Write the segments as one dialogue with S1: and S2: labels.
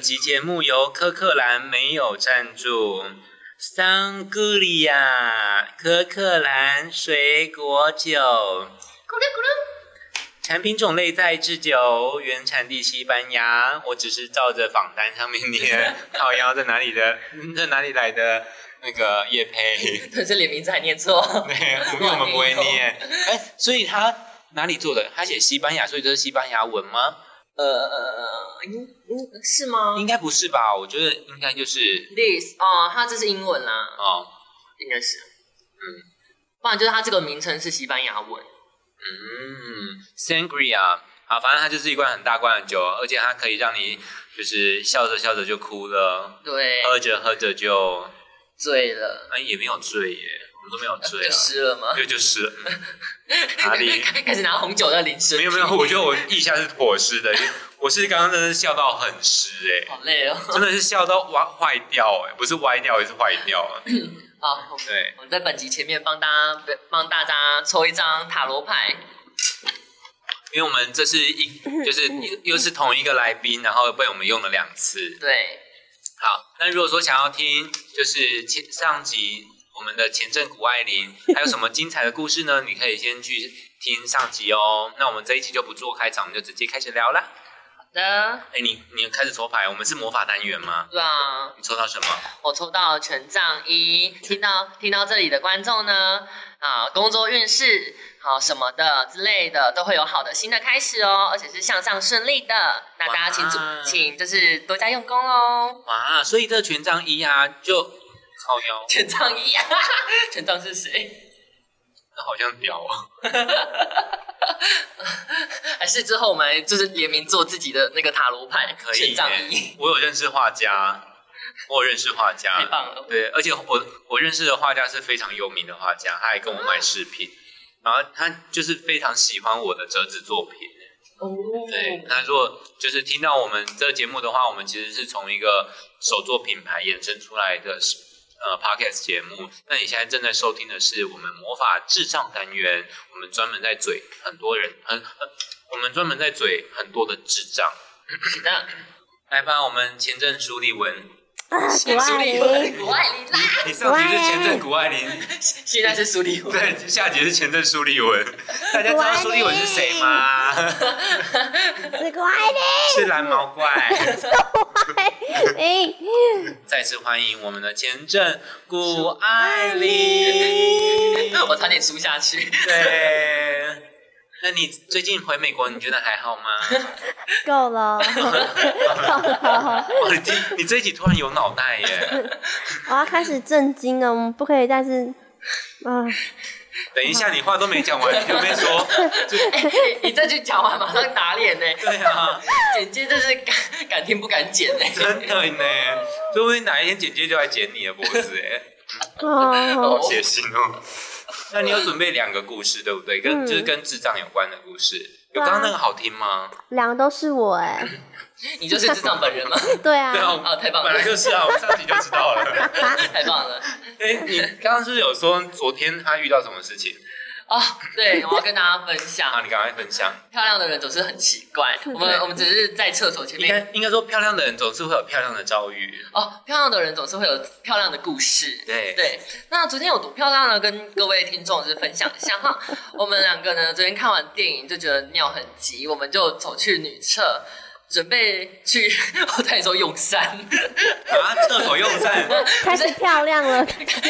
S1: 集节目由科克兰没有赞助，桑古利亚科克兰水果酒。
S2: 咕噜咕噜，
S1: 产品种类在制酒，原产地西班牙。我只是照着访单上面念，靠腰在哪里的，在哪里来的那个叶配，
S2: 对，这里名字还念错。
S1: 对，因为我们不会念。哎、所以他哪里做的？他写西班牙，所以这是西班牙文吗？
S2: 呃，嗯嗯，是吗
S1: 应该不是吧？我觉得应该就是
S2: ？This 哦，它这是英文啦，
S1: 哦，
S2: 应该是，嗯，不然就是它这个名称是西班牙文。
S1: 嗯，sangria，好，反正它就是一罐很大罐的酒，而且它可以让你就是笑着笑着就哭了，
S2: 对，
S1: 喝着喝着就
S2: 醉了，
S1: 哎、也没有醉耶，我们都没有醉
S2: 就
S1: 啊，
S2: 湿了吗？
S1: 对，就是嗯哪里
S2: 开始拿红酒在淋身
S1: 没
S2: 体，
S1: 有没有，我觉得我腋下是妥湿的，我是刚刚真的是笑到很湿哎，
S2: 好累哦。
S1: 真的是笑到歪坏掉哎，不是歪掉也是坏掉啊，
S2: 好，我们
S1: 对，
S2: 我们在本集前面帮大家帮大家抽一张塔罗牌，
S1: 因为我们这是一就是又又是同一个来宾，然后被我们用了两次，
S2: 对，
S1: 好，那如果说想要听，就是前上集我们的前阵谷爱玲 还有什么精彩的故事呢？你可以先去听上集哦。那我们这一集就不做开场，我们就直接开始聊啦。
S2: 好的，
S1: 哎，你你开始抽牌，我们是魔法单元吗？
S2: 对啊，
S1: 你抽到什么？
S2: 我抽到了权杖一，听到听到这里的观众呢，啊，工作运势好什么的之类的，都会有好的新的开始哦，而且是向上顺利的。那大家请主
S1: 哇
S2: 请就是多加用功哦。
S1: 哇，所以这权杖一啊，就靠腰，
S2: 权杖一啊，权杖是谁？
S1: 那好像屌哦。
S2: 还是之后我们就是联名做自己的那个塔罗牌
S1: 可，以
S2: 权
S1: 耶
S2: 杖一，
S1: 我有认识画家，我有认识画家，
S2: 太棒了。
S1: 对，而且我我认识的画家是非常有名的画家，他还跟我买饰品，然后他就是非常喜欢我的折纸作品。
S2: 哦，
S1: 对，那如果就是听到我们这个节目的话，我们其实是从一个手作品牌衍生出来的呃 podcast 节目。那你现在正在收听的是我们魔法智障单元，我们专门在嘴很多人，很很我们专门在嘴很多的智障。
S2: 是的，
S1: 来吧，我们前阵朱立文，
S2: 先苏立文，我爱你啦。
S1: 你上集是前阵谷爱凌，
S2: 现在是苏立 文，
S1: 对，下集是前阵苏立文， 大家知道苏立文是谁吗？
S3: 是乖的，
S1: 是蓝毛怪。
S3: 哎，
S1: 再次欢迎我们的前阵谷爱凌。
S2: 我差点输下去。
S1: 对，那你最近回美国，你觉得还好 吗？
S3: 够了，够了，
S1: 哇，你今你这一集突然有脑袋耶！
S3: 我要开始震惊了，我们不可以再是，啊，
S1: 等一下，你话都没讲完，你就被说。
S2: 哎你这句讲完马上打脸呢、
S1: 对啊，
S2: 简介这是敢敢听不敢剪欸呢、
S1: 真 的呢，说不定哪一天姐姐就来剪你的脖子哎。
S3: 哦，
S1: 好血腥哦。那你有准备两个故事，对不对？跟、
S3: 嗯
S1: 就是跟智障有关的故事。有
S3: 对啊嗯
S1: 刚刚那个好听吗？
S3: 两个都是我哎，
S2: 你就是智障本人吗？
S3: 对
S1: 对啊，
S3: 啊，
S1: 我
S2: 哦太棒了
S1: 本来就是啊，我上集就知道了。
S2: 太棒了
S1: 哎、你刚刚是不是有说昨天他遇到什么事情？
S2: 哦！对，我要跟大家分
S1: 啊，
S2: 享，
S1: 你赶快分享。
S2: 漂亮的人总是很奇怪。我们我们只是在厕所前
S1: 应
S2: 面
S1: 该应该说，漂亮的人总是会有漂亮的遭遇。
S2: 哦，漂亮的人总是会有漂亮的故事。
S1: 对
S2: 对，那昨天有多漂亮呢？跟各位听众就是分享一下哈。我们两个呢，昨天看完电影就觉得尿很急，我们就走去女厕，准备去 我在说用膳，
S1: 啊，厕所用膳，
S3: 开始漂亮了，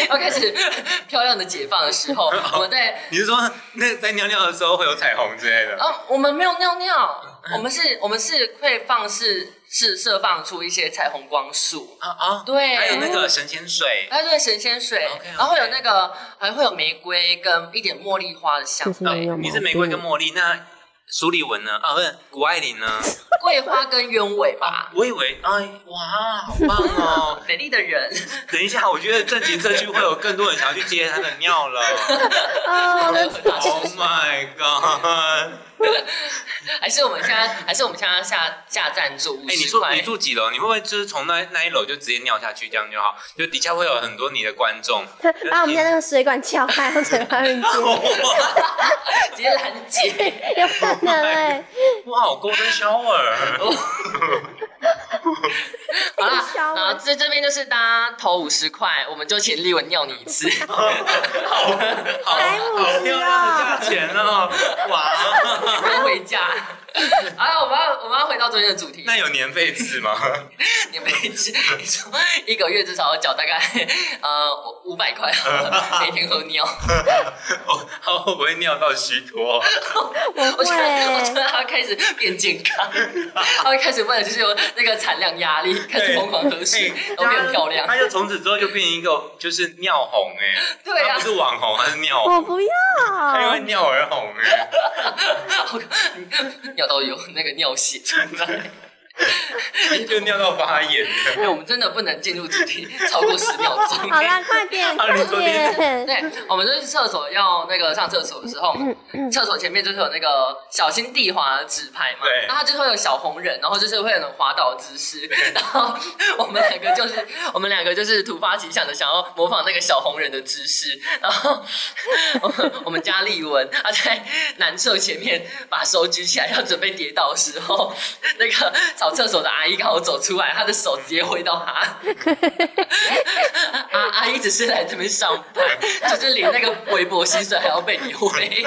S2: 要开始 漂亮的解放的时候，我们在
S1: 你是说那在尿尿的时候会有彩虹之类的？
S2: 啊，我们没有尿尿，我们是，我们是会放是是射放出一些彩虹光束，
S1: 啊啊，
S2: 对
S1: 还有那个神仙水，
S2: 还有对神仙水
S1: OK，OK
S2: 然后会有那个还会有玫瑰跟一点茉莉花的香
S3: 这是没
S2: 味，
S3: 有毛
S1: 你是玫瑰跟
S3: 病，
S1: 茉莉，那苏立文呢？啊，不是谷爱凌呢？
S2: 桂花跟鸢尾吧。
S1: 我以为，哎，哇，好棒哦！
S2: 美丽的人，
S1: 等一下，我觉得正经社区会有更多人想要去接他的尿 了。
S3: 哦，我的
S1: Oh my god！
S2: 还是我们现在，还是我们现在下下赞助五
S1: 哎、你
S2: 十
S1: 住
S2: 块
S1: 你？住几楼？你会不会就是从那那一楼就直接尿下去，这样就好？就底下会有很多你的观 众。
S3: 把我们家那个水管撬开，我嘴巴很尖，
S2: 直接拦 截。
S3: 有可能哎，
S1: 哇，golden shower！
S3: 小
S2: 然后
S3: 碗，
S2: 这这边就是大家投五十块，我们就请立文尿你一次。
S1: 好好
S3: 才
S1: 好
S3: 五十
S1: 漂亮的价
S3: 啊！
S1: 钱哦！哇，
S2: 不回家。好了，我们要我们要回到昨天的主题，
S1: 那有年费制吗？
S2: 你们一直你说一个月至少要缴大概呃五百块，每天喝尿。
S1: 哦，他会不会尿到虚 脱？
S3: 我
S2: 我觉得我觉
S3: 会，
S2: 得他会开始变健康，他会开始为了就是有那个产量压力，开始疯狂喝水，然后变漂亮
S1: 哎他。就从此之后就变一个就是尿红哎，
S2: 对啊
S1: 他不是网红，他是尿
S3: 我
S1: 红，
S3: 不要。
S1: 他因为尿而红哎。
S2: 尿到有那个尿血出来。
S1: 就尿到发炎的。
S2: 哎，我们真的不能进入主题超过十秒钟。
S3: 好啦，快点，
S1: 啊你
S3: 快
S1: 昨天
S3: 点！
S2: 对，我们就是厕所要那个上厕所的时候，厕所前面就是有那个小心地滑的纸牌嘛，
S1: 对
S2: 然后它就是会有小红人，然后就是会有那种滑倒姿势， 然后我们两个就是我们两个就是突发奇想的想要模仿那个小红人的姿势，然后我们我们家丽文她在男厕前面把手举起来要准备跌倒的时候，那个扫厕所的阿姨刚好走出来，她的手直接挥到她。阿阿姨只是来这边上班，就是领那个微薄薪水还要被你挥，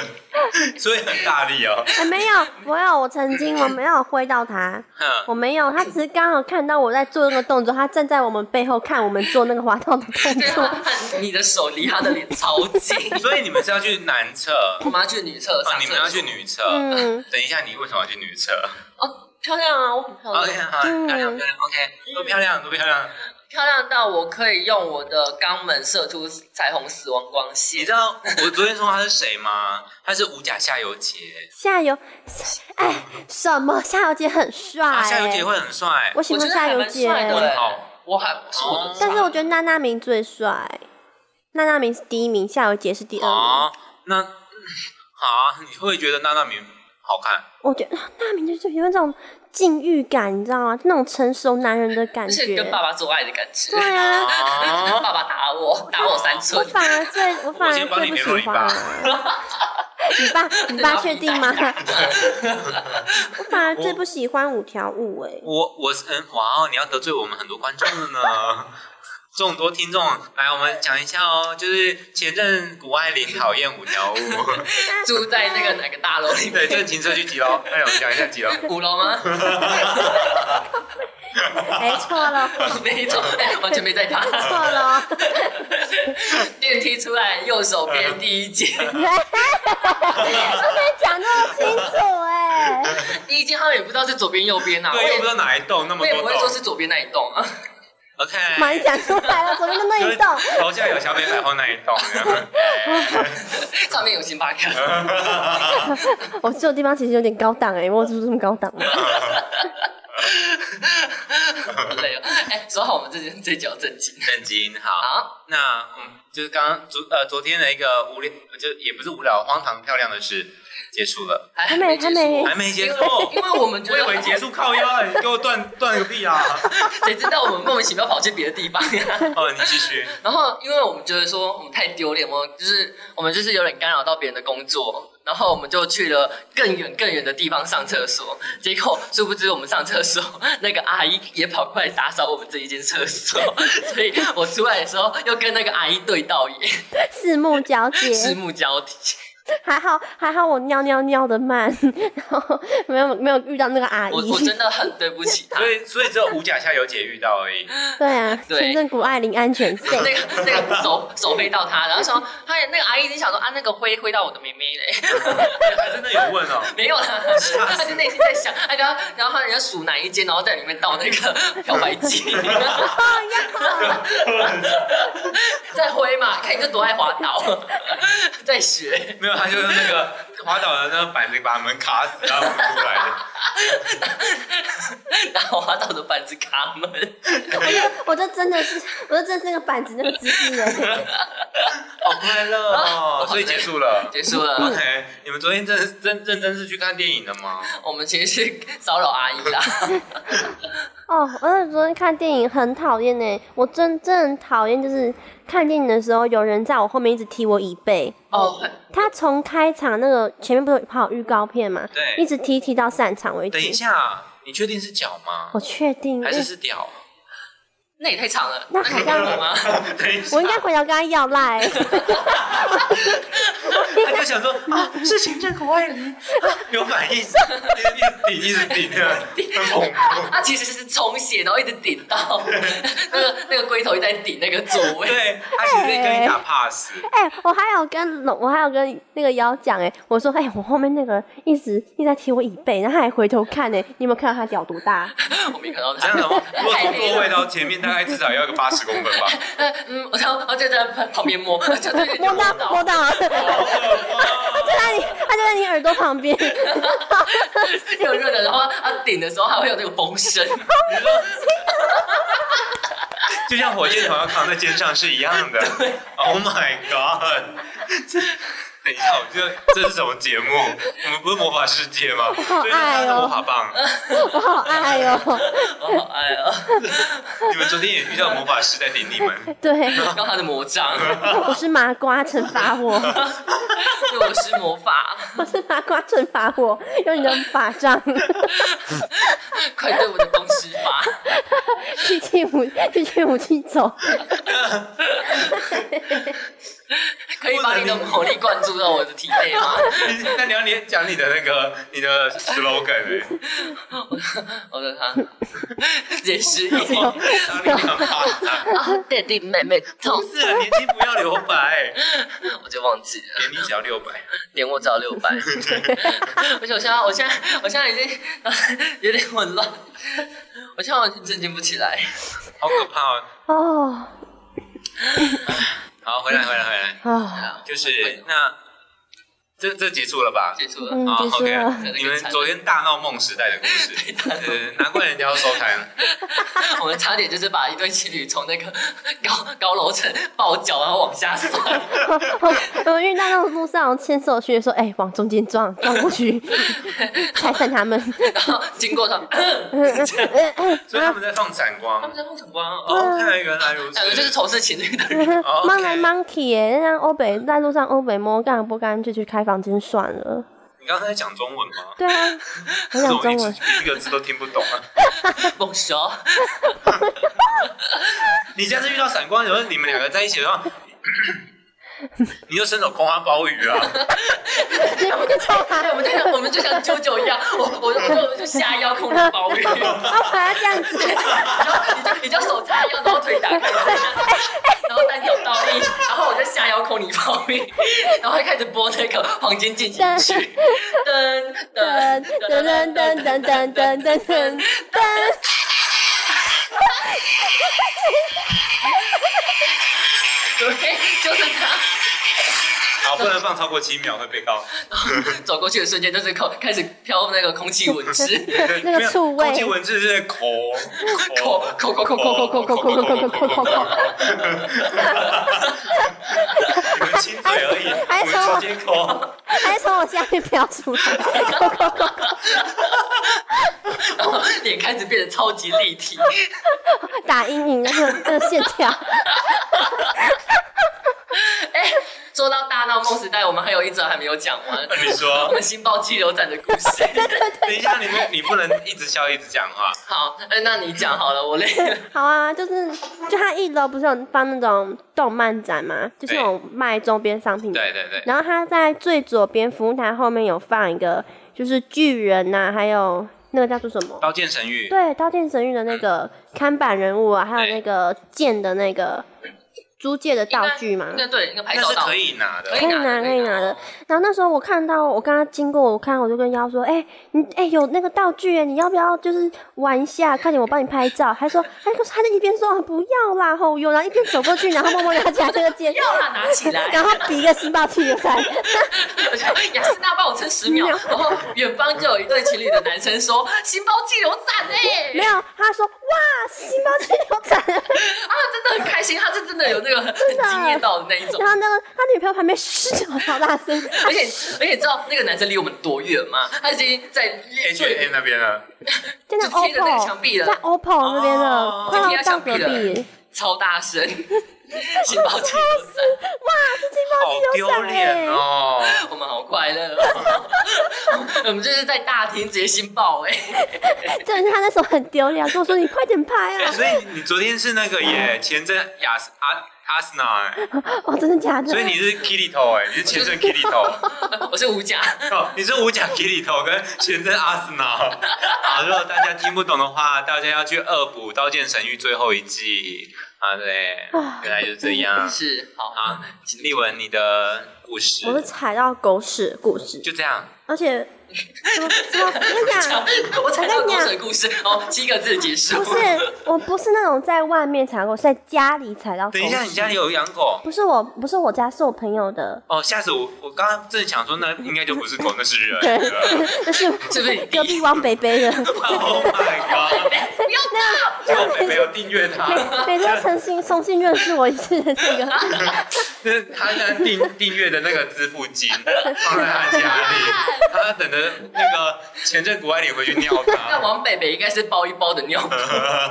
S1: 所以很大力哦。
S3: 哎，没有，我有，我曾经我没有挥到他，
S1: 哼
S3: 我没有，他只是刚好看到我在做那个动作，他站在我们背后看我们做那个滑倒的动
S2: 对
S3: 作。
S2: 啊，她你的手离她的脸超 近。
S1: 所以你们是要去男厕，哦，
S2: 我们要去女厕上厕所，
S1: 你们要去女厕。
S3: 嗯，
S1: 等一下，你为什么要去女厕
S2: 哦，漂亮啊，我很漂
S1: ？OK，
S2: 亮，
S1: 好，漂亮漂亮，OK，多漂亮多漂亮。
S2: 漂亮到我可以用我的肛门射出彩虹死亡光
S1: 你
S2: 线
S1: 知。道我昨天说他是谁吗？他是五甲夏油杰，
S3: 夏油，哎，什么？夏油姐很帅
S1: 啊，夏油
S3: 哎
S1: 杰，会很帅
S3: 我。喜
S2: 我
S3: 欢
S2: 觉得
S3: 夏
S2: 还
S3: 油
S2: 蛮
S3: 姐，
S2: 帅的
S1: 问
S2: 欸
S1: 号，
S2: 我还是我的
S1: 哦
S2: 菜，
S3: 但是我觉得娜娜明最帅，娜娜明是第一名，夏油杰是第二名。
S1: 哦，那好，你会觉得娜娜米好看？
S3: 我觉得啊娜娜明就是有那种禁欲感，你知道吗？那种成熟男人的感
S2: 就是
S3: 觉
S2: 跟。爸爸做爱的感觉。
S3: 对啊，
S1: 哦，
S2: 爸爸打我，打我三
S3: 我
S2: 寸。
S3: 反而最我反而最不喜欢。你 爸，你爸确定吗？我反而最不喜欢五条悟哎、
S1: 我我是嗯，哇哦，你要得罪我们很多观众了呢。众多听众，来，我们讲一下哦，就是前任谷爱凌讨厌五条 悟，
S2: 住在那个哪个大楼 里
S1: 对，
S2: 面？
S1: 这停车去几楼？哎，我们讲一下几楼。
S2: 五楼 吗？
S3: 哎、错了，
S2: 没 错，完全没在怕。
S3: 错了，
S2: 电梯出来，右手边第一 间，
S3: 都没讲那么清楚哎、
S2: 第一间他们也不知道是左边右边啊，我
S1: 对，又
S2: 也
S1: 不知道哪一栋那么
S2: 我也
S1: 多
S2: 不会说
S1: 栋。
S2: 是左边那一栋啊。
S1: OK，
S3: 马上讲出来了，左边的那一栋，
S1: 就是楼下有小北百货那一栋。这样
S2: 上面有星巴克，
S3: 我住的地方其实有点高档哎、我住这么高 档吗？
S2: 好累哦。哎，说好我们这间这脚正经。
S1: 震惊，好。
S2: 好，
S1: 那嗯，就是刚刚昨呃昨天的一个无聊，就也不是无聊，荒唐漂亮的事结束了，
S2: 还
S3: 还没
S2: 结束
S1: 还没 结束。
S2: 因为我们觉
S1: 我以为
S2: 得，
S1: 结束靠腰，你给我断断个屁啊！
S2: 谁知道我们莫名其妙跑去别的地方呀？
S1: 哦，你继续。
S2: 然后，因为我们觉得说我们太丢脸，我们就是我们就是有点干扰到别人的工作，然后我们就去了更远更远的地方上厕所。结果殊不知我们上厕所，那个阿姨也跑过来打扫我们这一间厕 所，所以我出来的时候又跟那个阿姨对到眼，
S3: 四目交
S2: 四
S3: 接，
S2: 目交替。
S3: 还好还好我尿尿尿的慢，然后没有没有遇到那个阿
S2: 我我
S3: 姨。
S2: 真的很对不起 她
S1: 所。以所以只有五甲下有姐遇到而已。
S3: 对啊，
S2: 对
S3: 前阵谷爱凌安全性。
S2: 那 个那个手手背到她，然后说，她也那个阿姨已经想说啊，那个灰灰到我的妹妹嘞。
S1: 还真的有问哦，
S2: 没有啦，他就内心在想，哎，然后然后他人家数哪一间，然后在里面倒那 个漂白剂， 在挥嘛，看你就多爱滑倒， 在学，
S1: 没有，他就是那个滑倒的那个板子把门卡死，然后不出来的。
S2: 然后滑倒的板子卡门，
S3: 我这真的是，我这真是个板子那个姿势人，
S1: 好快乐哦，所以结束了。
S2: 结束了。
S3: 嗯
S1: OK，你们昨天真的是真认真是去看电影的吗？
S2: 我们其实是骚扰阿姨啦，
S3: 哦，而且昨天看电影很讨厌呢，我真正讨厌就是看电影的时候，有人在我后面一直踢我椅背。
S2: 哦，
S3: 他从开场那个前面不是有拍好预告片嘛，
S1: 对
S3: 一直踢踢到散场为
S1: 等一
S3: 止。
S1: 下，你确定是脚吗？
S3: 我确定，嗯
S1: 还
S3: 因
S1: 是
S3: 为
S1: 是屌？
S2: 那也太长了，
S3: 那
S2: 可
S3: 好
S2: 以
S3: 像
S2: 我吗？
S1: 等一下
S3: 我应该回头跟他要赖，
S1: 他就想说
S3: 嗯
S1: 啊，是行政国外人啊有反应，一直一直顶，一直顶，很恐怖。
S2: 他其实是充血，然后一直顶到那个那个龟头一直在顶那个座位。
S1: 对，他其实在跟你打 pass，
S3: 哎、我还有跟龙，我还有跟那个瑶讲，哎，我说，哎、我后面那个人一直一直在踢我椅背，然后他还回头看，哎，你有没有看到他脚多 大？
S2: 我没看到
S1: 这
S2: 他
S1: 样。 的话，如果从座位到前面，大概至少要个八十公分吧。
S2: 嗯，我就我就在旁 边摸，就对对
S3: 摸到摸到啊，就
S1: 好可怕
S3: 在你，他就在你耳朵 旁边，
S2: 热 热的，然后它顶的时候还会有那个风 声，
S1: 就像火箭筒要扛在肩上是一样的。Oh my god！这等一下，我就这是什么节目？我们不是魔法世界吗？
S3: 好
S1: 这是他
S3: 爱
S1: 的
S3: 哦
S1: 魔法棒。
S3: 我好爱哦。
S2: 我好爱啊！
S1: 你们昨天也遇到魔法师在顶你们，
S3: 对，
S2: 然后它的 魔杖，
S3: 我是麻瓜，惩罚我，
S2: 对我施魔法，
S3: 我是麻瓜，惩罚我，用你的法杖
S2: 快对我的公施法，
S3: 去去武去去武器走。
S2: 可以把你的魔力灌注到我的体内吗？
S1: 那你要你讲你的那个你的 slogan 哎、
S2: 我 的他也失忆，
S1: 当哦你讲话
S2: 啊，弟弟妹妹痛
S1: 不，是啊年轻不要留白，
S2: 我就忘记了。
S1: 年龄只要六百。
S2: 连我只要六百，而且我现在，我现在，我现在已经有点混乱，我现在完全震惊不起来。
S1: 好可怕哦！
S3: 哦
S1: 好，回来回来回来，
S3: 哦，
S1: 就是那这这结束了吧？
S2: 结束了，
S3: 嗯，
S1: 啊
S3: 结束 了。
S1: ，OK，你们昨天大闹梦时代的故 事，呃，难怪人家要收摊。
S2: 我们差点就是把一对情侣从那个高高楼层抱脚然后往下摔，
S3: 哦我们遇到那种路上牵手去说，哎、往中间撞，撞 过去，拆散他们。
S2: 然后经过他们，
S1: 所以
S3: 啊
S1: 他们在放闪
S2: 他
S1: 光
S3: 嗯
S2: 们。在梦什么啊？哦，
S1: 哦，原来如此。
S2: 两个就是仇视情侣的人，
S1: OK
S3: 忙来忙去耶，让欧北在路上欧北摸，干不干就去开房间算了。
S1: 你刚才在讲中文吗？
S3: 对啊，我
S1: 这
S3: 讲
S1: 种
S3: 中
S1: 一
S3: 文
S1: 字，一个字都听不懂啊！
S2: 梦熟，
S1: 你下次遇到闪光，有时候你们两个在一起 的话，你就伸手空花包雨啊！
S2: 对，我们就像我们就像啾啾一样，我我就我就下腰空中包雨，
S3: 他本哦来这样子，
S2: 你就你就手叉腰，然后腿打开，然后单脚倒立，然后我就下腰空你泡面，然后开始播那个黄金进行曲，噔噔噔
S3: 噔噔噔
S2: 噔噔
S3: 噔噔噔噔噔噔。
S2: 对，就是他
S1: 好，不能放超过七秒会被告。
S2: 走过去的瞬间，就是空开始飘那个空气蚊子，
S3: 那个醋味
S1: 空气文字是口
S2: 口口口口口口口口口口口口口口，
S1: 你们亲嘴而已，
S3: 还
S1: 我
S3: 还说
S1: 们直接 口。
S3: 还哎从我下面飘出来，
S2: 然后脸开始变得超级立体，
S3: 打阴影那个那个线条，
S2: 哎，说到大闹梦时代，我们还有一则还没有讲完，
S1: 你
S2: 我
S1: 说，
S2: 们新爆激流展的故事。
S1: 等一下，你们你不能一直笑一直讲话。
S2: 好，哎，那你讲好了，我累了。
S3: 好啊，就是就他一楼不是有放那种动漫展嘛，就是那种卖周边商品的
S1: 对对对，
S3: 然后他在最左边服务台后面有放一个，就是巨人呐、还有那个叫做什么？
S1: 刀剑神域，
S3: 对，刀剑神域的那个看板人物啊，还有
S1: 对
S3: 那个剑的那个租借的道具嘛
S2: 应。该对，应该拍
S1: 那
S2: 照
S1: 是
S2: 到
S1: 可。以拿的
S2: 可。
S3: 可以拿，可以拿的。然后那时候我看到，我刚刚经过，我看我就跟妖说：“哎、你哎、有那个道具耶，你要不要就是玩一下？快点，我帮你拍照。”他说：“他就他就一边说啊不要啦，吼有，然后一边走过去，然后默默拿起来这个剑，
S2: 要啦，拿起 来！
S3: 然后比一个星爆气流 来。”
S2: 雅诗娜帮我撑十秒，然后远方就有一对情侣的男生说：“新包激流展哎、
S3: 没有，他说哇，星巴克流产，
S2: 啊，真的很开心，他是真的有那个很惊艳到的那一种
S3: 然。后那个他女朋友旁边嘘，好大 声，
S2: 而且而且，你知道那个男生离我们多远吗？他已经在
S1: H A 那边呢？
S3: 真的
S2: 就贴着那个墙壁
S3: OPPO
S2: 了
S3: 在 OPPO 那边
S1: 哦
S3: 的，快
S2: 就贴
S3: 要
S2: 在墙
S3: 到
S2: 壁
S3: 隔
S2: 了
S3: 壁，
S2: 超大声，杏鲍鸡油伞，
S1: 好丢脸哦！
S2: 我们好快乐、哦，我们就是在大厅直接杏鲍哎，
S3: 真的是他那时候很丢脸，跟我说你快点拍 啊！
S1: 所以你昨天是那个耶，前阵亚斯阿阿森纳哎，
S3: 哦，真的假的？
S1: 所以你是 Kitty 头哎，你是前阵 Kitty 头，
S2: 我是五甲，
S1: 哦，你是五甲 Kitty 头跟前阵阿森纳。好，如果大家听不懂的话，大家要去恶补《刀剑神域》最后一季啊，对，原来就是这样。
S2: 是好，
S1: 啊好，请立文你的故事
S3: 我是踩到狗屎的故事，
S1: 就这样，
S3: 而且怎么怎么我跟你讲，
S2: 我才到口水故事哦，七个字结束，
S3: 不是，我不是那种在外面踩到狗，是在家里踩到狗
S1: 等
S3: 屎。
S1: 一下，你家里有养狗？
S3: 不是我，不是我家，是我朋友的。
S1: 哦，吓死我！我刚刚正想说，那应该就不是狗，那是人。
S3: 对，那是
S2: 是不是你弟
S3: 隔壁汪北北的？
S1: Oh my god！
S2: 不要
S1: 结果没没有订阅他，
S3: 每每天 重新重新认识我一次的那个，
S1: 那他那订订阅的那个支付金放在他家里，他等着那个前阵国外你回去尿
S2: 那
S1: 他。
S2: 王北北应该是包一包的尿布，
S3: 嗯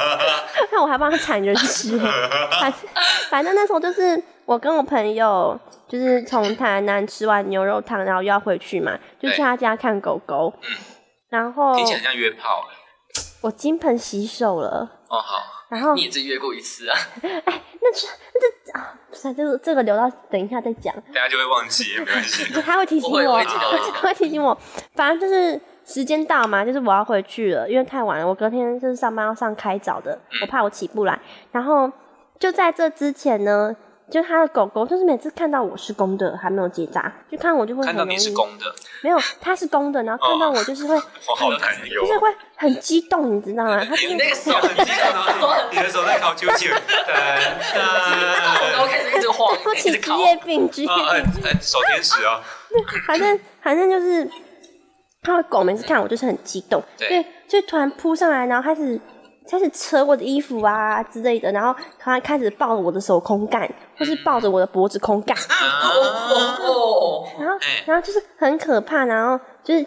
S3: 看我还帮他铲人屎。反反正那时候就是我跟我朋友，就是从台南吃完牛肉汤，然后又要回去嘛，就去
S1: 对嗯
S3: 他家看狗狗。然后
S1: 听起来像约炮哎。
S3: 我金盆洗手了，
S1: 哦好，
S3: 然后
S2: 你也只约过一次啊，
S3: 哎，那是那这啊，不是啊这个这个留到等一下再 讲。
S1: 大家就会忘记，没关系。
S3: 他会提醒
S2: 我会我
S3: 我，
S2: 会记得我会记得
S3: 他会提醒我。反正就是时间到嘛，就是我要回去了，因为太晚了。我隔天就是上班要上开早的，
S2: 嗯
S3: 我怕我起不来。然后就在这之前呢，就他的狗狗，就是每次看到我是公的还没有结扎，就看我就会很
S1: 看到
S3: 容易
S1: 你是公的，
S3: 没有，它是公的，然后看到
S2: 哦
S3: 我就是 会、
S1: 我好担忧哦
S3: 就。是会很激动，你知道吗？它
S2: 你
S3: 就
S2: 那
S3: 是
S2: 个手，
S1: 你
S2: 你那个手。
S1: 哦你的手在烤 啾啾，噔
S2: 然
S1: 噔。
S2: 后开始一直晃，
S3: 不
S2: 一
S3: 起
S2: 直哦
S3: 职
S2: 烤。
S3: 业病，职业
S1: 啊，
S3: 病。
S1: 很很手天使 哦，
S3: 反正反正就是他的狗每次看我就是很激动，
S1: 对
S3: 对，就突然扑上来，然后开始开始扯我的衣服啊之类的，然后突然开始抱着我的手空干，或是抱着我的脖子空干，
S1: 啊，
S2: 哦，
S3: 然后
S1: 哎
S3: 然后就是很可怕，然后就是。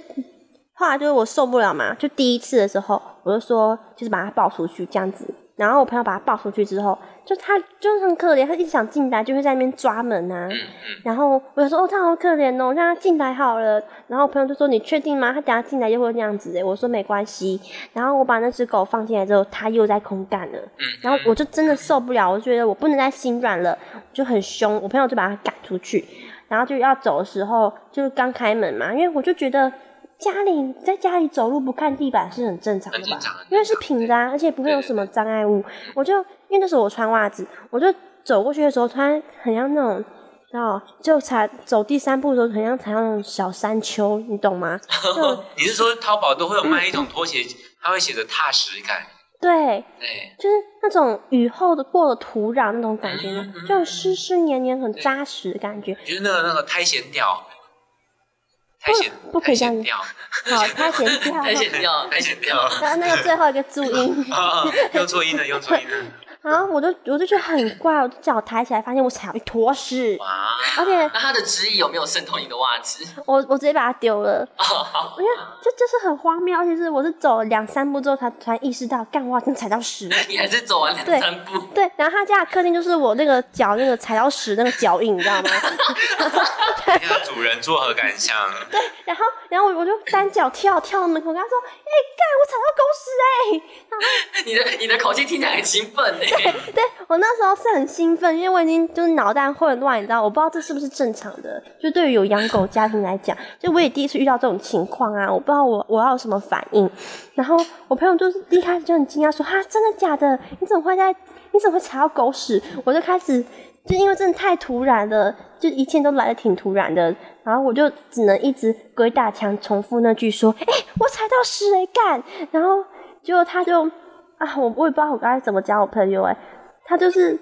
S3: 后来就是我受不了嘛，就第一次的时候，我就说就是把它抱出去这样子，然后我朋友把它抱出去之后，就它就是很可怜，它一想进来就会在那边抓门啊，
S1: 嗯嗯，
S3: 然后我就说哦，他好可怜哦，让他进来好了。然后我朋友就说你确定吗？他等下进来就会那样子欸诶。我说没关系。然后我把那只狗放进来之后，它又在空干了。
S1: 嗯
S3: 然后我就真的受不了，我觉得我不能再心软了，就很凶。我朋友就把它赶出去，然后就要走的时候，就是刚开门嘛，因为我就觉得家里在家里走路不看地板是很正常的
S1: 很
S3: 吧？
S1: 正常，很
S3: 因为是平的、啊，而且不会有什么障碍物。我就因为那时候我穿袜子，我就走过去的时候，突然很像那种，然后就踩走第三步的时候，很像踩到那种小山丘，你懂 吗？那 种
S1: 你是说淘宝都会有卖一种拖鞋，它会写着踏实感？哎
S3: 对，
S1: 对，
S3: 就是那种雨后的过了土壤那种感觉呢，这种湿湿黏黏、很扎实的感觉。
S1: 就是那个那个苔藓调，苔藓
S3: 不可
S1: 苔
S3: 以这样
S1: 藓调，
S3: 好，他嫌掉。
S2: 太显掉了，
S1: 苔藓调，
S3: 然后那个最后一个注音，
S1: 啊，用错音了，用错音了，
S3: 然后我就我就觉得很怪，我就脚抬起来，发现我踩到一坨屎，
S1: 哇，
S3: 而且
S2: 那他的汁液有没有渗透你的袜子？
S3: 我我直接把它丢了。
S2: 哦，好，
S3: 我觉得这就是很荒谬，而且是我是走了两三步之后才突然意识到，干哇，真踩到屎了。
S2: 你还是走完两
S3: 对
S2: 三步，
S3: 对，然后他家的客厅就是我那个脚那个踩到屎那个脚印，你知道吗？
S1: 等一下主人作何感想？
S3: 然后然后我我就单脚跳跳门口，跟他说：“哎、干，我踩到狗屎哎、
S2: 你的你的口气听起来很兴奋诶。
S3: 对我那时候是很兴奋，因为我已经就是脑袋混乱，你知道，我不知道这是不是正常的。就对于有养狗家庭来讲，就我也第一次遇到这种情况啊，我不知道我我要有什么反应。然后我朋友就是一开始就很惊讶说：“哈，真的假的？你怎么会在？你怎么会踩到狗屎？”我就开始。就因为真的太突然了，就一切都来的挺突然的，然后我就只能一直鬼打墙重复那句说：“哎、我踩到屎哎、干！”然后结果他就啊，我我也不知道我刚才怎么讲我朋友哎、他就是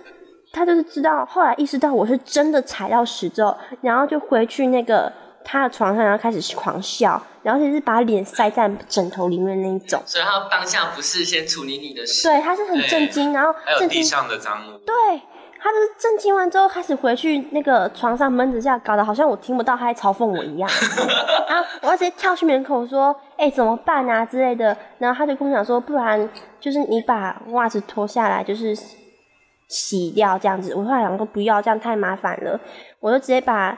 S3: 他就是知道，后来意识到我是真的踩到屎之后，然后就回去那个他的床上，然后开始狂笑，然后就是把脸塞在枕头里面那一种。
S2: 所以他当下不是先处理你的事，
S3: 对，他是很震惊，然后
S1: 还有
S3: 震
S1: 地
S3: 惊，
S1: 上的脏 污，
S3: 对，他就是震惊完之后开始回去那个床上闷着这样，搞得好像我听不到他在嘲讽我一样。然后我要直接跳去门口说：“哎、怎么办啊？”之类的。然后他就跟我讲说：“不然就是你把袜子脱下来，就是洗掉这样子。我后来想说不要，这样太麻烦了，我就直接把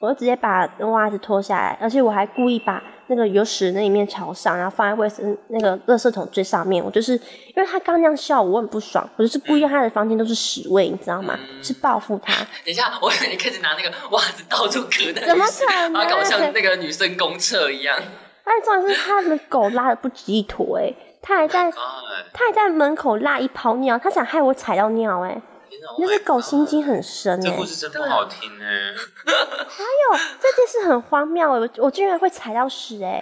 S3: 我就直接把袜子脱下来，而且我还故意把那个有屎那一面朝上，然后放在卫生那个垃圾桶最上面。我就是因为他刚那样笑我，我很不爽，我就是故意让他的房间都是屎味，你知道吗？是报复他，
S1: 嗯
S2: 等一下，我 以为你开始拿那个袜子到处咳的，
S3: 怎么可能
S2: 然后搞 得像那个女生公厕一样。
S3: 而且重点是他的狗拉的不止一坨、欸，他 还在
S1: 啊，
S3: 他还在门口拉一泡尿，他想害我踩到尿、欸，哎，
S1: 天哪
S3: 那只
S1: Oh my
S3: 狗
S1: God
S3: 心机很深、欸，
S1: 这故事真不好听啊呢、
S3: 还有这件事很荒谬欸，我我居然会踩到屎哎、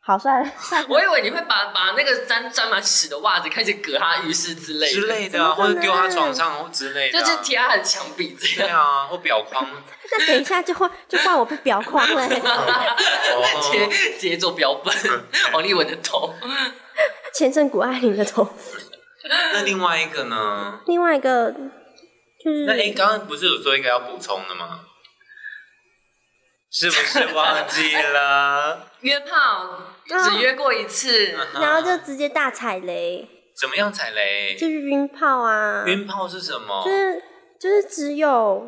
S3: 好算了，
S2: 我以为你会把把那个沾沾满屎的袜子开始隔他浴室之类的，
S1: 之类的啊，
S3: 怎么
S1: 或
S3: 可能
S1: 者丢他床上或之类的、
S2: 就
S1: 啊，
S2: 是贴他的墙壁这
S1: 对
S2: 样。
S1: 啊，或表 框，
S3: 那等一下就换就换我被裱框了欸、
S2: 直接
S1: 哦，嗯
S2: 直接做标本， 王力文的头，
S3: 前阵古爱玲的头。
S1: 那另外一个呢？
S3: 另外一个就是
S1: 那哎，刚刚不是有说一个要补充的吗？是不是忘记 了？
S2: 约炮
S1: 啊
S2: 只约过一次，
S3: 然后就直接大踩雷，
S1: 怎么样踩雷？
S3: 就是晕炮啊，
S1: 晕炮是什么？
S3: 就是就是只有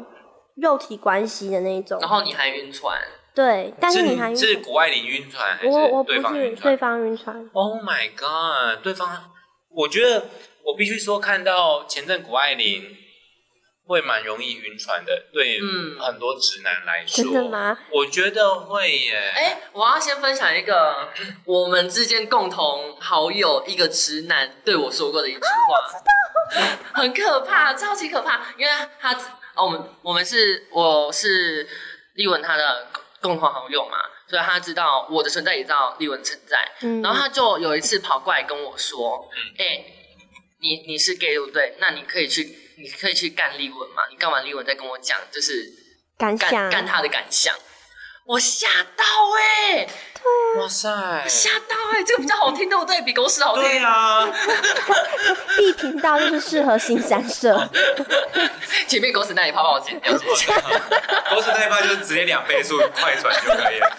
S3: 肉体关系的那一种
S2: 然。后你还晕船，
S3: 对，但是
S1: 是
S3: 你还
S1: 是
S3: 晕
S1: 国外你晕船还
S3: 船，我
S1: 是
S3: 我不
S1: 对方
S3: 是
S1: 晕船
S3: 对？方晕船，
S1: Oh my god！对方，我觉得我必须说，看到前阵谷爱凌会蛮容易晕船的，对
S2: 嗯
S1: 很多直男来说，
S3: 真的？吗？
S1: 我觉得会耶。
S2: 哎、我要先分享一个我们之间共同好友一个直男对我说过的一句话，很可怕，超级可怕，因为他哦，我们我们是我是丽文他的共同好友嘛，所以他知道我的存在，也知道丽文存在，
S3: 嗯，
S2: 然后他就有一次跑过来跟我说：“哎、你你是 gay 对不对？那你可以去，你可以去干立文嘛？你干完立文再跟我讲，就是
S3: 感
S2: 干
S3: 想
S2: 干他的感想。”我吓到哎、
S1: 嗯哇塞！
S2: 吓到哎、这个比较好听，对不对？比狗屎好听。
S1: 对啊，
S3: B 频道就是适合新三社，
S2: 前面狗屎那一趴把我 剪掉。
S1: 我是那一趴就直接两倍速快转就可以 了。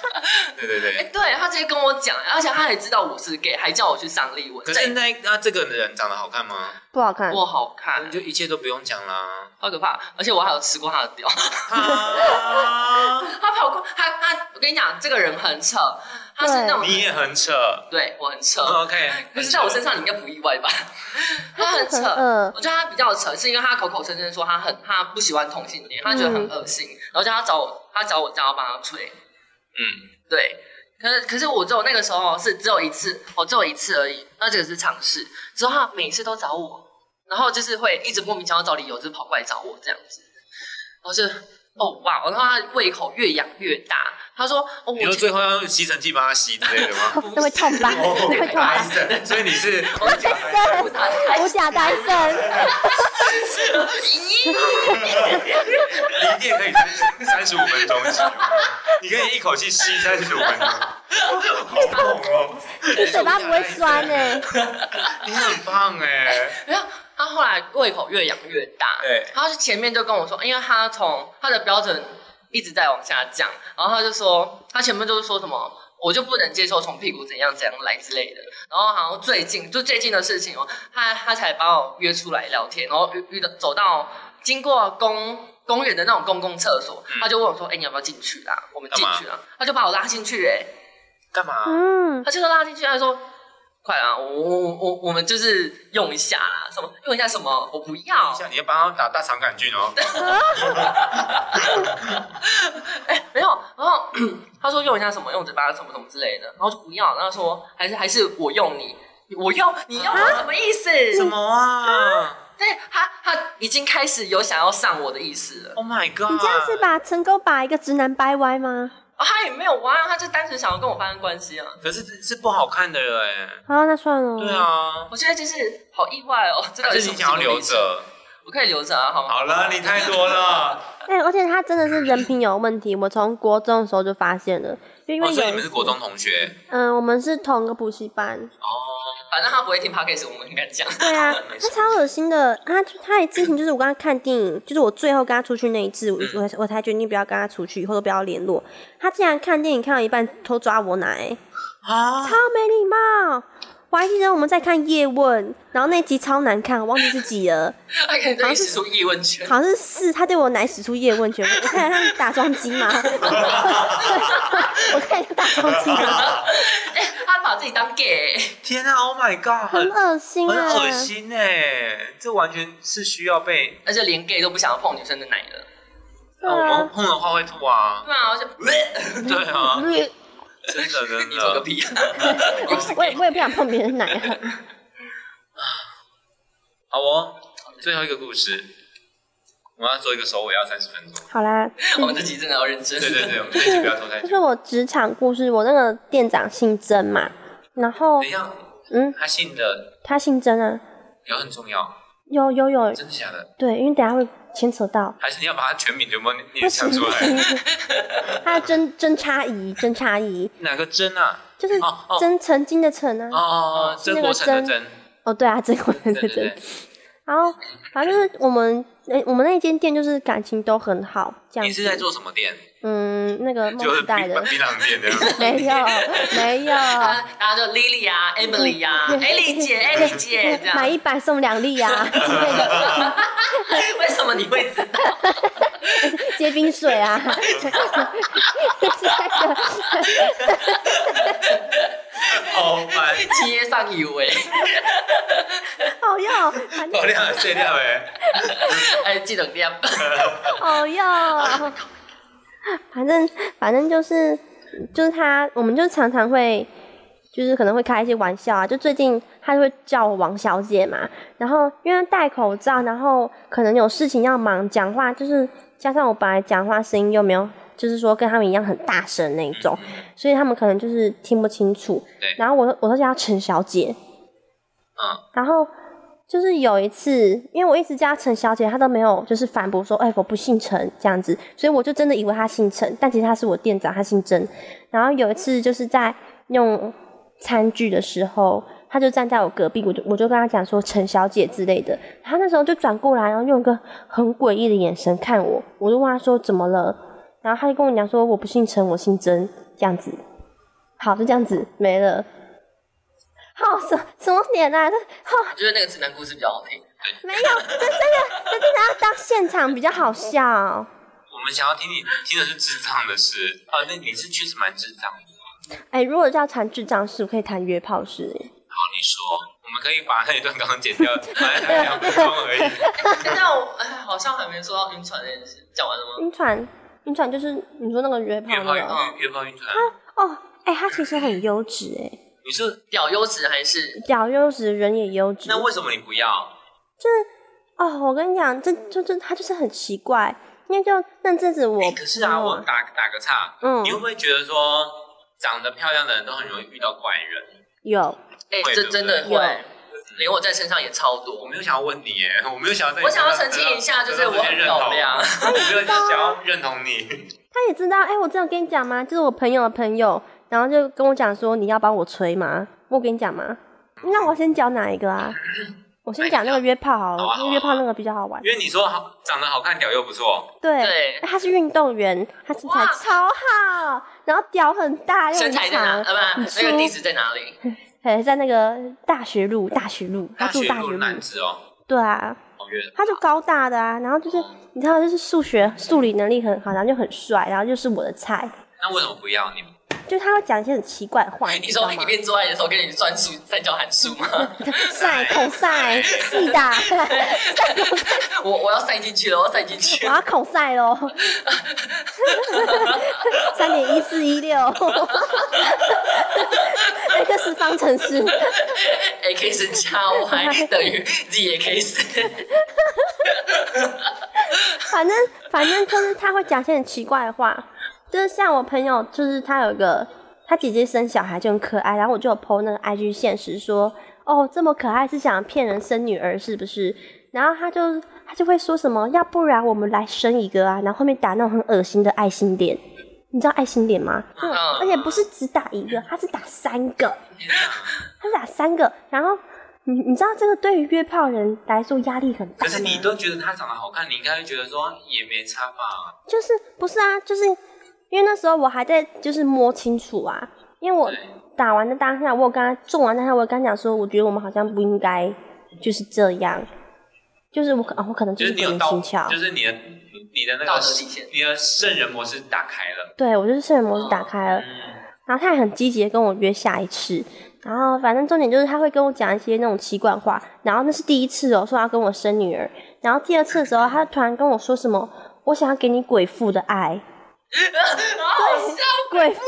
S1: 对对
S2: 哎、
S1: 对。
S2: 对他直接跟我讲，而且他还知道我是 gay，还叫我去上立文。
S1: 可是那那这个人长得好看吗？
S3: 不好看。
S2: 我好看
S1: 你，就一切都不用讲啦。
S2: 好可怕！而且我还有吃过他的屌。
S1: 啊
S2: 他跑过，他他，我跟你讲，这个人很扯，他是那种
S1: 你也很扯。
S2: 对我很扯。
S1: 哦 OK，
S2: 可是在我身上，你应该不意外吧？他很扯
S3: 很恶，
S2: 我觉得他比较扯，是因为他口口声声说他很他不喜欢同性恋，他觉得很恶心，然后叫他找我，他找我叫我帮他吹，
S1: 嗯，
S2: 对。可是可是我只有那个时候是只有一次，我只有一次而已，那这个是尝试。之后他每次都找我，然后就是会一直莫名其妙找理由，就是跑过来找我这样子，然后就哦哇，然后他胃口越养越大，他说哦
S1: 你
S2: 我
S1: 说最后要用吸尘器帮他吸之类的 吗？
S3: 那会痛吧？
S1: 哦
S3: 那 会痛吧？
S1: 思，所以你是
S2: 不打开
S3: 我假单身，
S2: 咦
S1: 一定可以三十五分钟起，你可以一口气吸三十五分钟，好猛哦！
S3: 你嘴巴不会酸
S2: 欸
S3: 哎、
S1: 你很棒哎，
S2: 然后他后来胃口越养越大，
S1: 对
S2: 然后就前面就跟我说，因为他从他的标准一直在往下降，然后他就说，他前面就是说什么。我就不能接受从屁股怎样怎样来之类的，然后好像最近就最近的事情哦，他他才把我约出来聊天，然后遇遇到走到经过公公园的那种公共厕所，他就问我说：“哎、你要不要进去啦？我们进去啦。”他就把我拉进去、哎，
S1: 干嘛？
S3: 嗯，
S2: 他就拉进去，他说：“快啊，我我我我们就是用一下啦，什么用一下什么，我不要。
S1: 像你要帮他打大肠杆菌 哦，
S2: 没有。”然后 他说：“用一下什么，用嘴巴什么什么之类的。”然后就不要。然后说：“还是还是我用你，我用你用
S1: 啊
S2: 我什么意思？”
S1: 什么啊
S2: 对，他他已经开始有想要上我的意思了。
S1: ？Oh my god！
S3: 你这样是把成功把一个直男掰歪吗？
S2: 哦他也没有挖，他就单纯想要跟我发生关系啊。
S1: 可是是不好看的哎，
S3: 好，那算了。
S1: 对，啊，
S3: 嗯
S2: 我现在就是好意外哦，这到
S1: 还
S2: 底
S1: 是
S2: 什
S1: 你
S2: 么
S1: 想要
S2: 什么
S1: 留
S2: 意思？
S1: 着？
S2: 我可以留着啊，好吗？
S1: 好了，你太多了。
S3: 哎、而且他真的是人品有问题，我从国中的时候就发现了，就因为
S1: 哦，所以
S3: 有
S1: 你们是国中同学
S3: 嗯、我们是同一个补习班，
S1: 哦，
S2: 反正他不会听 podcast，我们很敢讲。
S3: 对啊，
S1: 没
S3: 他
S1: 事
S3: 超恶心的。他他也之前就是我跟他看电影，就是我最后跟他出去那一次，我
S1: 嗯
S3: 我我才决定不要跟他出去，以后都不要联络。他竟然看电影看到一半偷抓我奶，
S1: 啊
S3: 超没礼貌。我还记得我们在看《叶问》，然后那集超难看，我忘记是几了，
S2: 他可以对你使出疑问拳。
S3: 好像是四，他对我奶使出叶问拳， 我看他打桩机嘛， 我看他打桩机啊嘛，
S2: 哎、他把自己当 gay，欸
S1: 天啊，Oh my God，
S3: 很
S1: 很
S3: 恶心
S1: 很
S3: 啊
S1: 恶！心哎，这完全是需要被。
S2: 而且连 gay 都不想要碰女生的奶了。
S3: 对
S1: 啊、我
S3: 啊
S1: 们碰的话会吐 啊，
S2: 对啊，我就
S1: 对啊，
S3: 嗯
S1: 真的真
S2: 你做
S1: 的。
S2: 个 屁！
S3: 我我也我也不想碰别人的奶啊。
S1: 好哦，最后一个故事，我们要做一个首尾，要三十分钟。
S3: 好啦，
S2: 我们这集真的要认真。
S1: 对对对，我们这一集不要拖太
S3: 就
S1: 久。
S3: 是我职场故事，我那个店长姓曾嘛，然后
S1: 等一下，
S3: 嗯，
S1: 他信的
S3: 他姓曾啊，
S1: 有很重要，
S3: 有有有，
S1: 真的假的？
S3: 对，因为等一下会牵扯到，
S1: 还是你要把他全名全部念
S3: 不
S1: 念
S3: 行
S1: 讲
S3: 不
S1: 出
S3: 行
S1: 来？
S3: 不行，他真真差疑真差疑，
S1: 哪个真啊？
S3: 就是
S1: 哦哦
S3: 曾曾经的曾啊
S1: 哦，哦，哦
S3: 是
S1: 曾
S3: 那个
S1: 国成的
S3: 曾
S1: 曾，
S3: 哦对啊， 这个我
S1: 对
S3: 认
S1: 对
S3: 真
S1: 对。，
S3: 然后反正就是我们那我们那间店就是感情都很好，这样
S1: 你是在
S3: 子。
S1: 做什么店？
S3: 嗯，那个梦
S1: 就是
S3: 时
S1: 槟
S3: 代的
S1: 榔槟榔店 的。
S3: 没有没 有，
S1: 哎
S2: 啊，然后就 Lily 啊，Emily 啊
S3: 对
S2: ，Ellie 姐，Ellie 姐这样。
S3: 买一百送两粒啊之类的，
S2: 为什么你会知道？
S3: 结冰水 啊， 就是那个
S1: 好烦，
S2: 接上以为，
S3: 好用，反正
S1: 好亮，碎掉哎。
S2: 哎，记得不要。
S3: 好用，哦反正反正就是就是他，我们就常常会。就是可能会开一些玩笑啊，就最近他就会叫我王小姐嘛，然后因为戴口罩，然后可能有事情要忙，讲话就是加上我本来讲话声音又没有，就是说跟他们一样很大声那一种，所以他们可能就是听不清楚
S1: 对。
S3: 然后我我都叫她陈小姐，
S1: 嗯，
S3: 然后就是有一次，因为我一直叫她陈小姐，她都没有就是反驳说，哎、我不姓陈这样子，所以我就真的以为她姓陈，但其实她是我店长，她姓曾。然后有一次就是在用餐具的时候，她就站在我隔壁，我就我就跟她讲说陈小姐之类的，她那时候就转过来，然后用一个很诡异的眼神看我，我就问她说怎么了，然后她就跟我讲说我不姓陈，我姓曾这样子。好，就这样子没了。好、什什么点啊？这好、
S2: 我觉得那个直男故事比较好听。
S3: 没有，这真的这真的要当现场比较好笑。
S1: 我们想要听你听的是智障的事啊，那你是确实蛮智障的。好，
S3: 哎、如果要谈智障事，我可以谈约炮事。
S1: 你说，我们可以把那一段刚刚剪 掉，反正才两分钟而已。
S2: 但我哎，好像还没说到晕船那件事，讲完了吗？
S3: 晕船，晕船就是你说那个约炮
S1: 约
S3: 那
S1: 炮
S3: 个
S1: 晕约炮晕船，
S3: 哦，哎、他其实很优质哎，
S1: 你说
S2: 表优质还是
S3: 屌优质，人也优质。
S1: 那为什么你不要？
S3: 哦，我跟你讲，这这这他就是很奇怪，因为就那阵子我、
S1: 哎可是啊，我打打个岔，
S3: 嗯
S1: 你会不会觉得说长得漂亮的人都很容易遇到怪人？
S3: 有
S2: 哎，
S1: 会
S2: 这
S1: 的
S2: 真的
S3: 有
S2: 会，连我在身上也超
S1: 我
S2: 多。
S1: 没有想要问你耶， 我没有想要在你
S2: 我想要
S1: 身
S2: 澄
S1: 上
S2: 清一下，就是
S1: 得
S2: 我
S1: 到这些
S2: 很
S1: 认同
S2: 漂亮。
S1: 我没有想要认同 你。
S3: 他也知道，哎、我这样跟你讲吗？就是我朋友的朋友，然后就跟我讲说，你要帮我吹吗？我跟你讲吗？那我先讲哪一个啊？我先讲那个约炮好了，
S1: 好啊
S3: 因为约炮那个比较好玩。
S1: 因为你说好长得好看，屌又不错，
S3: 对，
S2: 对
S3: 哎他是运动员，他身材
S2: 哇
S3: 超好，然后屌很大又
S2: 身
S3: 很
S2: 材在哪？
S3: 长，
S2: 啊，不
S3: 很，
S2: 那
S3: 粗
S2: 个地址在哪里？
S3: 哎，在那个大学路，大学路，他
S1: 大
S3: 住
S1: 学
S3: 大
S1: 路
S3: 学
S1: 男子哦，
S3: 对啊，
S1: 好远。
S3: 他就高大的啊，然后就是你知道，就是数学、数理能力很好，然后就很帅，然后就是我的菜，
S1: 那为什么不要你？
S3: 就他会讲一些很奇怪的话，
S2: 哎你
S3: 知道
S2: 说
S3: 吗
S2: 一？边做爱的时候跟你算数三角函数 吗？
S3: 晒口晒，是的，
S2: 我我要塞进去了，我要塞进去
S3: 我。要口晒喽，三点一四一六， 那个是方程式，
S2: A K 是加 Y 啊等于 Z A K 是，
S3: 反正反正就是他会讲一些很奇怪的话，就是像我朋友，就是他有一个他姐姐生小孩就很可爱，然后我就有 PO 那个 IG 现实说，哦这么可爱是想骗人生女儿是不是？然后他就他就会说什么，要不然我们来生一个啊，然后后面打那种很恶心的爱心脸，你知道爱心脸吗？
S2: 嗯
S3: 而且不是只打一个，他是打三个，
S1: 天哪
S3: 他是打三个，然后。你你知道这个对于约炮人来说压力很大
S1: 可
S3: 吗？
S1: 是你都觉得他长得好看，你应该会觉得说也没差吧？
S3: 就是不是啊？就是因为那时候我还在就是摸清楚啊，因为我
S1: 对
S3: 打完的当下，我有跟他中完当下，我有跟他讲说，我觉得我们好像不应该就是这样，就是我可、啊、我可能
S1: 就是
S3: 是
S1: 你
S3: 鬼
S1: 有
S3: 迷
S1: 到
S3: 心，窍，
S1: 就是你的你的那
S2: 道
S1: 个
S2: 德底线
S1: 你的圣人模式打开了，
S3: 对我就是圣人模式打开了，
S1: 嗯，
S3: 然后他也很积极的跟我约下一次，然后反正重点就是他会跟我讲一些那种奇怪话，然后那是第一次哦，说要跟我生女儿，然后第二次的时候，他突然跟我说什么，我想要给你鬼父的爱，
S2: 好笑，
S3: 鬼父，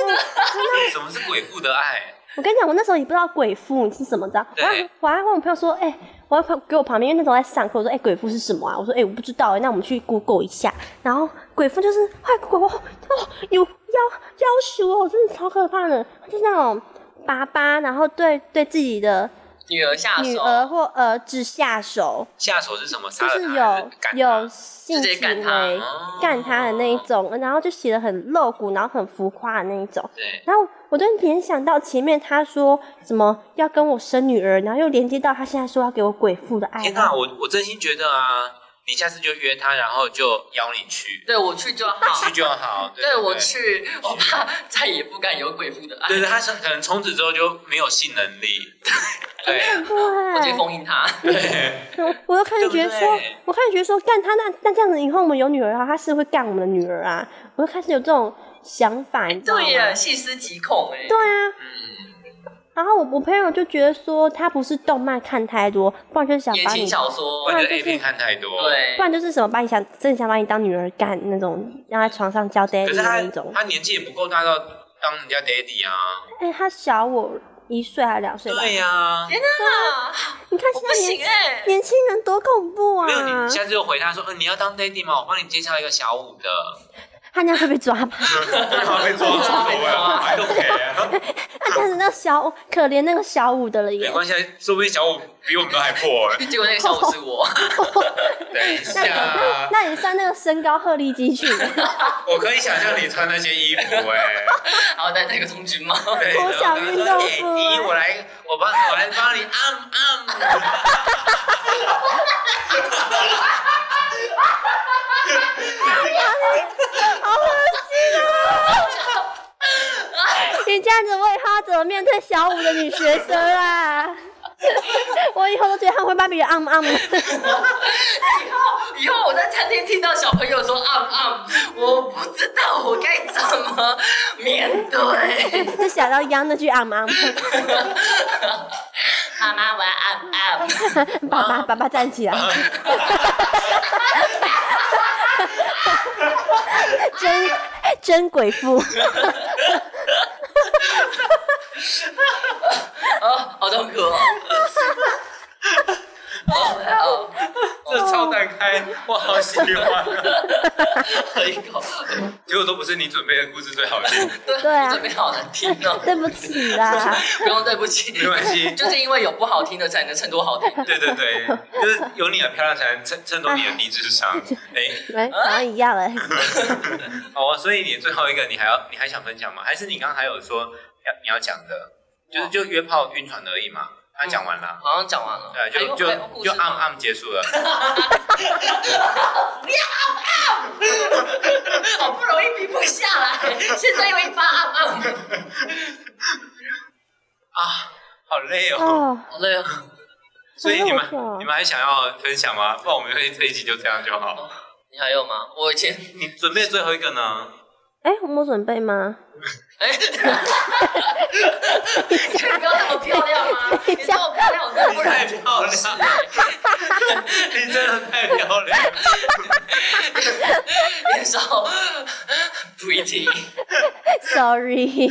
S1: 什么是鬼父的爱？
S3: 我跟你讲，我那时候也不知道鬼父是什么的，
S1: 对
S3: 然后我还问我朋友说，哎、我还朋给我旁边，因为那时候在上课，我说，哎、鬼父是什么啊？我说，哎、我不知道、哎，那我们去 Google 一下，然后鬼父就是，快 Google 哦，哦有妖妖鼠哦，真的超可怕的，就是那种。爸爸，然后对对自己的
S2: 女儿下
S3: 女
S2: 手，
S3: 儿或儿子下手，
S1: 下手是什么？
S3: 就
S1: 杀了他
S3: 是
S1: 还
S3: 有
S1: 干
S3: 有
S1: 他
S3: 性
S2: 直接
S3: 行
S2: 干
S3: 为
S2: 他
S1: 哦
S3: 干他的那一种，然后就写的很露骨，然后很浮夸的那一种。
S1: 对，
S3: 然后我就联想到前面他说什么要跟我生女儿，然后又连接到他现在说要给我鬼父的爱
S1: 天。哪，哎我我真心觉得啊，你下次就约他，然后就邀你去，
S2: 对我去就好
S1: 去。就好。对
S2: 对
S1: 对
S2: 我
S1: 对
S2: 去，我 怕再也不敢有鬼父的爱，
S1: 对对，他是可能从此之后就没有性能力。对
S3: 对，
S2: 我直接封印他。
S1: 对，
S3: 我我又开始觉得
S1: 对
S3: 说
S1: 不对，
S3: 我开始觉得说，干他那那这样子以后我们有女儿啊，他是会干我们的女儿啊，我又开始有这种想法，你知道吗？
S2: 对耶，细思极恐哎。
S3: 对啊，
S1: 嗯
S3: 然后我我朋友就觉得说，他不是动漫看太多，不然就是想
S2: 言
S3: 把
S2: 情
S3: 你，
S2: 小
S1: 或
S2: 说，
S1: 者
S3: 然就是
S1: A 片看太多。。
S2: 对
S3: 啊不，然就是什么把你想真的想把你当女儿干那种，让在床上叫
S1: 可
S3: daddy
S1: 是
S3: 的
S1: 他
S3: 那种。
S1: 他年纪也不够大到当人家 daddy 啊。
S3: 哎、他小我一岁还是两岁吧？
S1: 对呀、
S2: 天哪，
S3: 你看
S2: 我
S3: 现
S2: 啊不
S3: 在
S2: 行
S3: 年
S2: 哎。
S3: 年轻人多恐怖
S1: 没有
S3: 啊
S1: 你！下次就回他说，嗯、你要当 daddy 吗？我帮你介绍一个小五的。
S3: 他那样会被抓吧？
S1: 对啊，被抓无所谓啊，I don't care
S3: 他但是那小可怜那个小五的了
S1: 没
S3: 耶。
S1: 关系啊，说不定小五比我们都还破欸。
S2: 结果那个小五是我，
S1: 等一
S3: 那那
S1: 下，
S3: 那你算那个身高鹤立 鸡群，国
S1: 我可以想象你穿那些衣服哎、
S2: 然后戴那个童军帽，
S1: 对
S3: 我想运动服
S1: 然后他说哎姨我来，我帮，我来帮你按按。
S3: 啊 你这样子，我以后要怎么面对小五的女学生啊？ 我以后都觉得他们会把别人按按。
S2: 以后以后我在餐厅听到小朋友说啊啊，我不知道我该怎么面对。
S3: 就想到央那句啊妈，
S2: 妈妈，我要啊啊。
S3: 爸爸爸爸站起来， 真真鬼父，
S2: 哦，好痛苦哦！ 哦，
S1: 这超展开，我好喜欢、啊。
S2: 喝一口，
S1: 结果都不是你准备的故事最好听，
S3: 对啊
S2: 这边好难听哦。
S3: 对不起啦，
S2: 不用对不起，
S1: 没关系
S2: 就是因为有不好听的才能衬托好听。
S1: 对对对，就是有你的漂亮才能衬衬托你的低智商。哎、
S3: 哎，好像一样哎、
S1: 好啊，所以你最后一个你还要你还想分享吗？还是你刚刚还有说要你要讲的，就是就约炮晕船而已嘛？他讲完了。
S2: 好像讲完了，
S1: 对，啊
S2: 还有
S1: 就就
S2: 还有哎故
S1: 就
S2: 事吗
S1: 暗暗结束了。
S2: 好不容易平复下来，现在又一发暗暗，
S1: 好累哦。
S3: 哦，
S2: 好累哦。
S1: 所以你们
S3: 好累哦
S1: 你们还想要分享吗？不然我们这这一集就这样就好。
S2: 你还有吗？我以前
S1: 你准备最后一个呢？
S3: 哎、我们有准备吗？
S2: 哎，你刚那么漂亮吗？你这么漂亮，我真的不
S1: 太
S2: 忍
S1: 漂亮了，你真的太漂亮了。
S2: 年少 pretty。
S3: Sorry，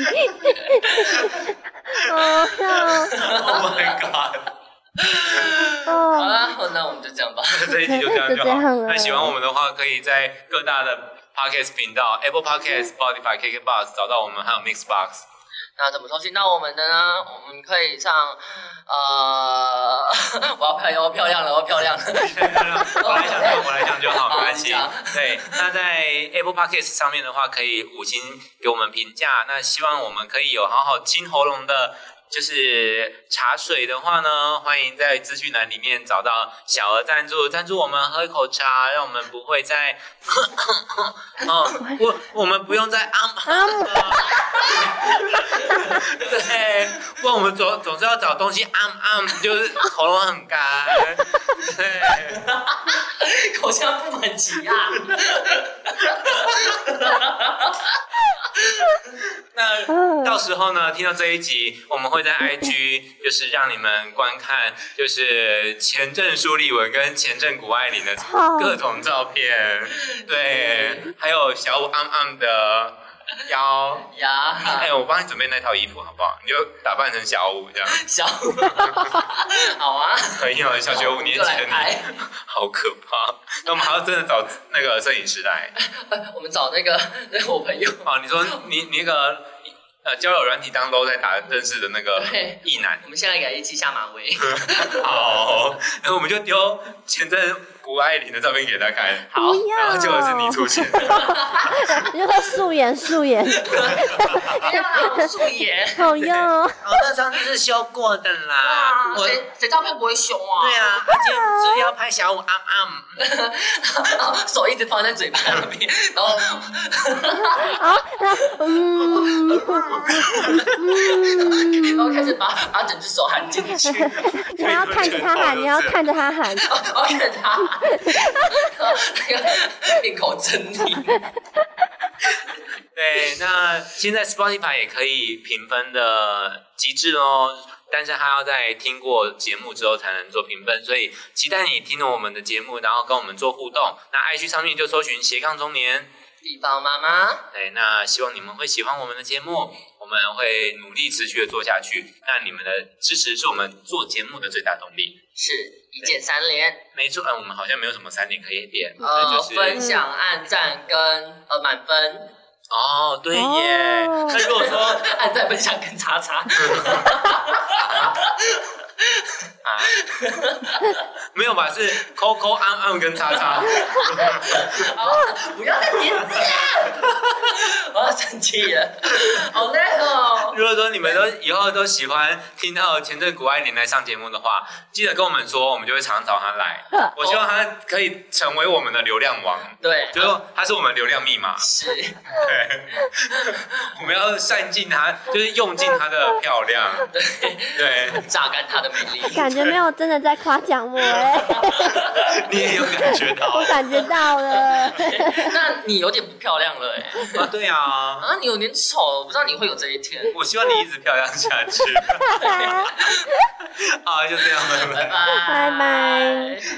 S3: 哦要
S1: Oh my god！
S2: 好
S3: 哦，
S2: 啦，那我们就这样吧。
S1: 这一集就这样就
S3: 就这
S1: 好
S3: 样。了
S1: 那喜欢我们的话，可以在各大的 podcast 频道、Apple Podcast、Spotify、KKBox 找到我们，还有 Mixbox。
S2: 那怎么搜寻到我们的呢？我们可以上呃，我要漂亮，我要漂亮了，我要漂亮了。
S1: 我来讲就好，我来讲就好，没关系
S2: 好。
S1: 对，那在 Apple Podcast 上面的话，可以五星给我们评价。那希望我们可以有好好清喉咙的。就是茶水的话呢，欢迎在资讯栏里面找到小额赞助，赞助我们喝一口茶，让我们不会再， 哦，我我们不用再啊，
S3: 啊，
S1: 对，不然我们总总是要找东西按按，就是喉咙很干。对，
S2: 口腔布满挤压，
S1: 那
S3: 嗯
S1: 到时候呢，听到这一集，我们会在 IG 就是让你们观看，就是前阵苏立文跟前阵谷爱凌的
S3: 好
S1: 各种照片，对，还有小五暗暗的腰。
S2: 呀，
S1: 哎、我帮你准备那套衣服好不好？你就打扮成小五这样，
S2: 小，好啊，
S1: 很有小学五年级
S2: 我
S1: 的
S2: 们就来
S1: 你
S2: 拍，
S1: 好可怕。那我们还要真的找那个摄影师来。
S2: 我们找那个那我朋友，
S1: 哦，你说你你那个呃交友软体当 low 在打认识的那个
S2: 对
S1: 异男，
S2: 我们现在给他一起下马威，
S1: 好，那我们就丢前阵谷爱凌的照片给他看，
S2: 好
S3: 不
S1: 然后结果是你
S3: 要，
S1: 出现，
S3: 你就说素颜素颜，
S2: 哎呀，素颜，
S3: 好用。
S1: 哦，那张就是修过的啦
S2: 哇，谁谁照片不会修啊？
S1: 啊，他今天是要拍小五暗暗。
S2: 然后手一直放在嘴巴那边，然后
S3: 好，那嗯
S2: 然后
S3: 嗯，
S2: 开始把把整只手含进去，
S3: 你还要看着他喊，你要看着他喊，
S2: 然后看他，然后那个面口狰狞，
S1: 对，那现在 Spotify 也可以评分的机制哦，但是它要在听过节目之后才能做评分，所以期待你听了我们的节目，然后跟我们做互动。那 IG 上面就搜寻斜杠中年，
S2: 地方妈妈，
S1: 对，哎那希望你们会喜欢我们的节目，我们会努力持续的做下去。那你们的支持是我们做节目的最大动力。
S2: 是一键三连，
S1: 没错，嗯，我们好像没有什么三点可以
S3: 哦
S1: 点，嗯那
S2: 呃，
S1: 就是
S2: 分享、按赞跟呃满分，
S1: 哦，对耶。
S3: 哦
S1: 那如果说
S2: 按赞、分享跟叉叉，
S1: 啊，没有吧？是抠抠按按跟叉叉。
S2: 哦不要再点字了，我要生气了，好累 哦。
S1: 如果说你们都以后都喜欢听到前阵古爱玲来上节目的话，记得跟我们说，我们就会常找她来。我希望她可以成为我们的流量王，
S2: 对，
S1: 就是她是我们流量密码。
S2: 是，
S1: 对，我们要善尽她，就是用尽她的漂亮。对，
S2: 榨干它的美丽。
S3: 感觉没有真的在夸奖我哎、
S1: 你也有感觉到
S3: 我感觉到了，
S2: 那你有点不漂亮了哎、
S1: 啊？对啊，
S2: 啊，你有点丑，我不知道你会有这一天。
S1: 我希望你一直漂亮下 去。啊，就这样，拜拜
S2: 拜。拜
S3: 拜拜